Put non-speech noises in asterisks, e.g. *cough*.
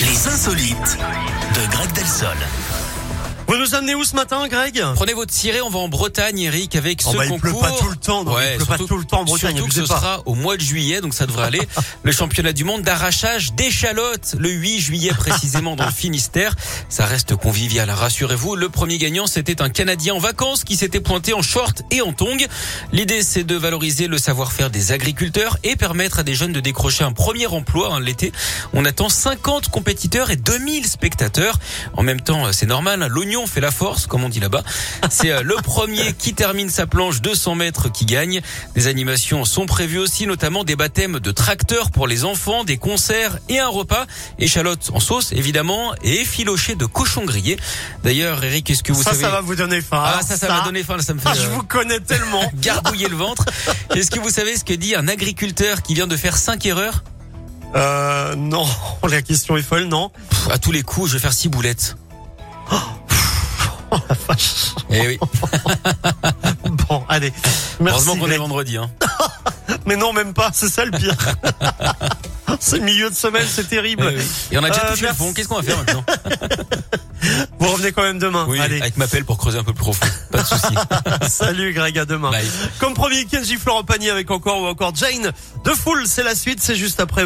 Les insolites de Greg Delsol. Vous nous amenez où ce matin, Greg Prenez votre ciré, on va en Bretagne, Eric, avec ce Hein. Oh bah, il pleut concours. pas tout le temps, non, il pleut pas tout le temps en Bretagne, Surtout que abusez ce pas. sera au mois de juillet, donc ça devrait aller. *laughs* le championnat du monde d'arrachage d'échalotes, le 8 juillet précisément dans le Finistère. Ça reste convivial, hein, rassurez-vous. Le premier gagnant, c'était un Canadien en vacances qui s'était pointé en short et en tongs. L'idée, c'est de valoriser le savoir-faire des agriculteurs et permettre à des jeunes de décrocher un premier emploi hein, l'été. On attend 50 compétiteurs et 2000 spectateurs. En même temps, euh, c'est normal, hein, l'oignon fait la force, comme on dit là-bas. C'est euh, le premier qui termine sa planche 200 mètres qui gagne. Des animations sont prévues aussi, notamment des baptêmes de tracteurs pour les enfants, des concerts et un repas. Échalotes en sauce, évidemment, et effilochés de cochon grillé. D'ailleurs, Eric, est-ce que vous Ça, savez... ça va vous donner faim. Ah, Alors ça, ça m'a donné faim, ça me *laughs* fait... Ah, je euh, vous connais *laughs* tellement. Garbouiller le ventre. Est-ce que vous savez ce que dit un agriculteur qui vient de faire cinq erreurs euh, non, *laughs* la question est folle, non Pff, À tous les coups, je vais faire six boulettes. Oh, *laughs* Eh oui, Bon, allez. Merci. heureusement qu'on est Greg. vendredi. Hein. Mais non, même pas, c'est ça le *laughs* pire. c'est milieu de semaine, c'est terrible. Eh oui. Et on a déjà Euh, touché le merci. fond. Qu'est-ce qu'on va faire maintenant Vous revenez quand même demain. Oui, *laughs* allez, avec ma pelle pour creuser un peu plus profond. Pas *laughs* de souci. salut Greg, à demain. Bye. Comme promis, Kenji Florent Panier avec encore ou encore Jane. De Foule, c'est la suite, c'est juste après.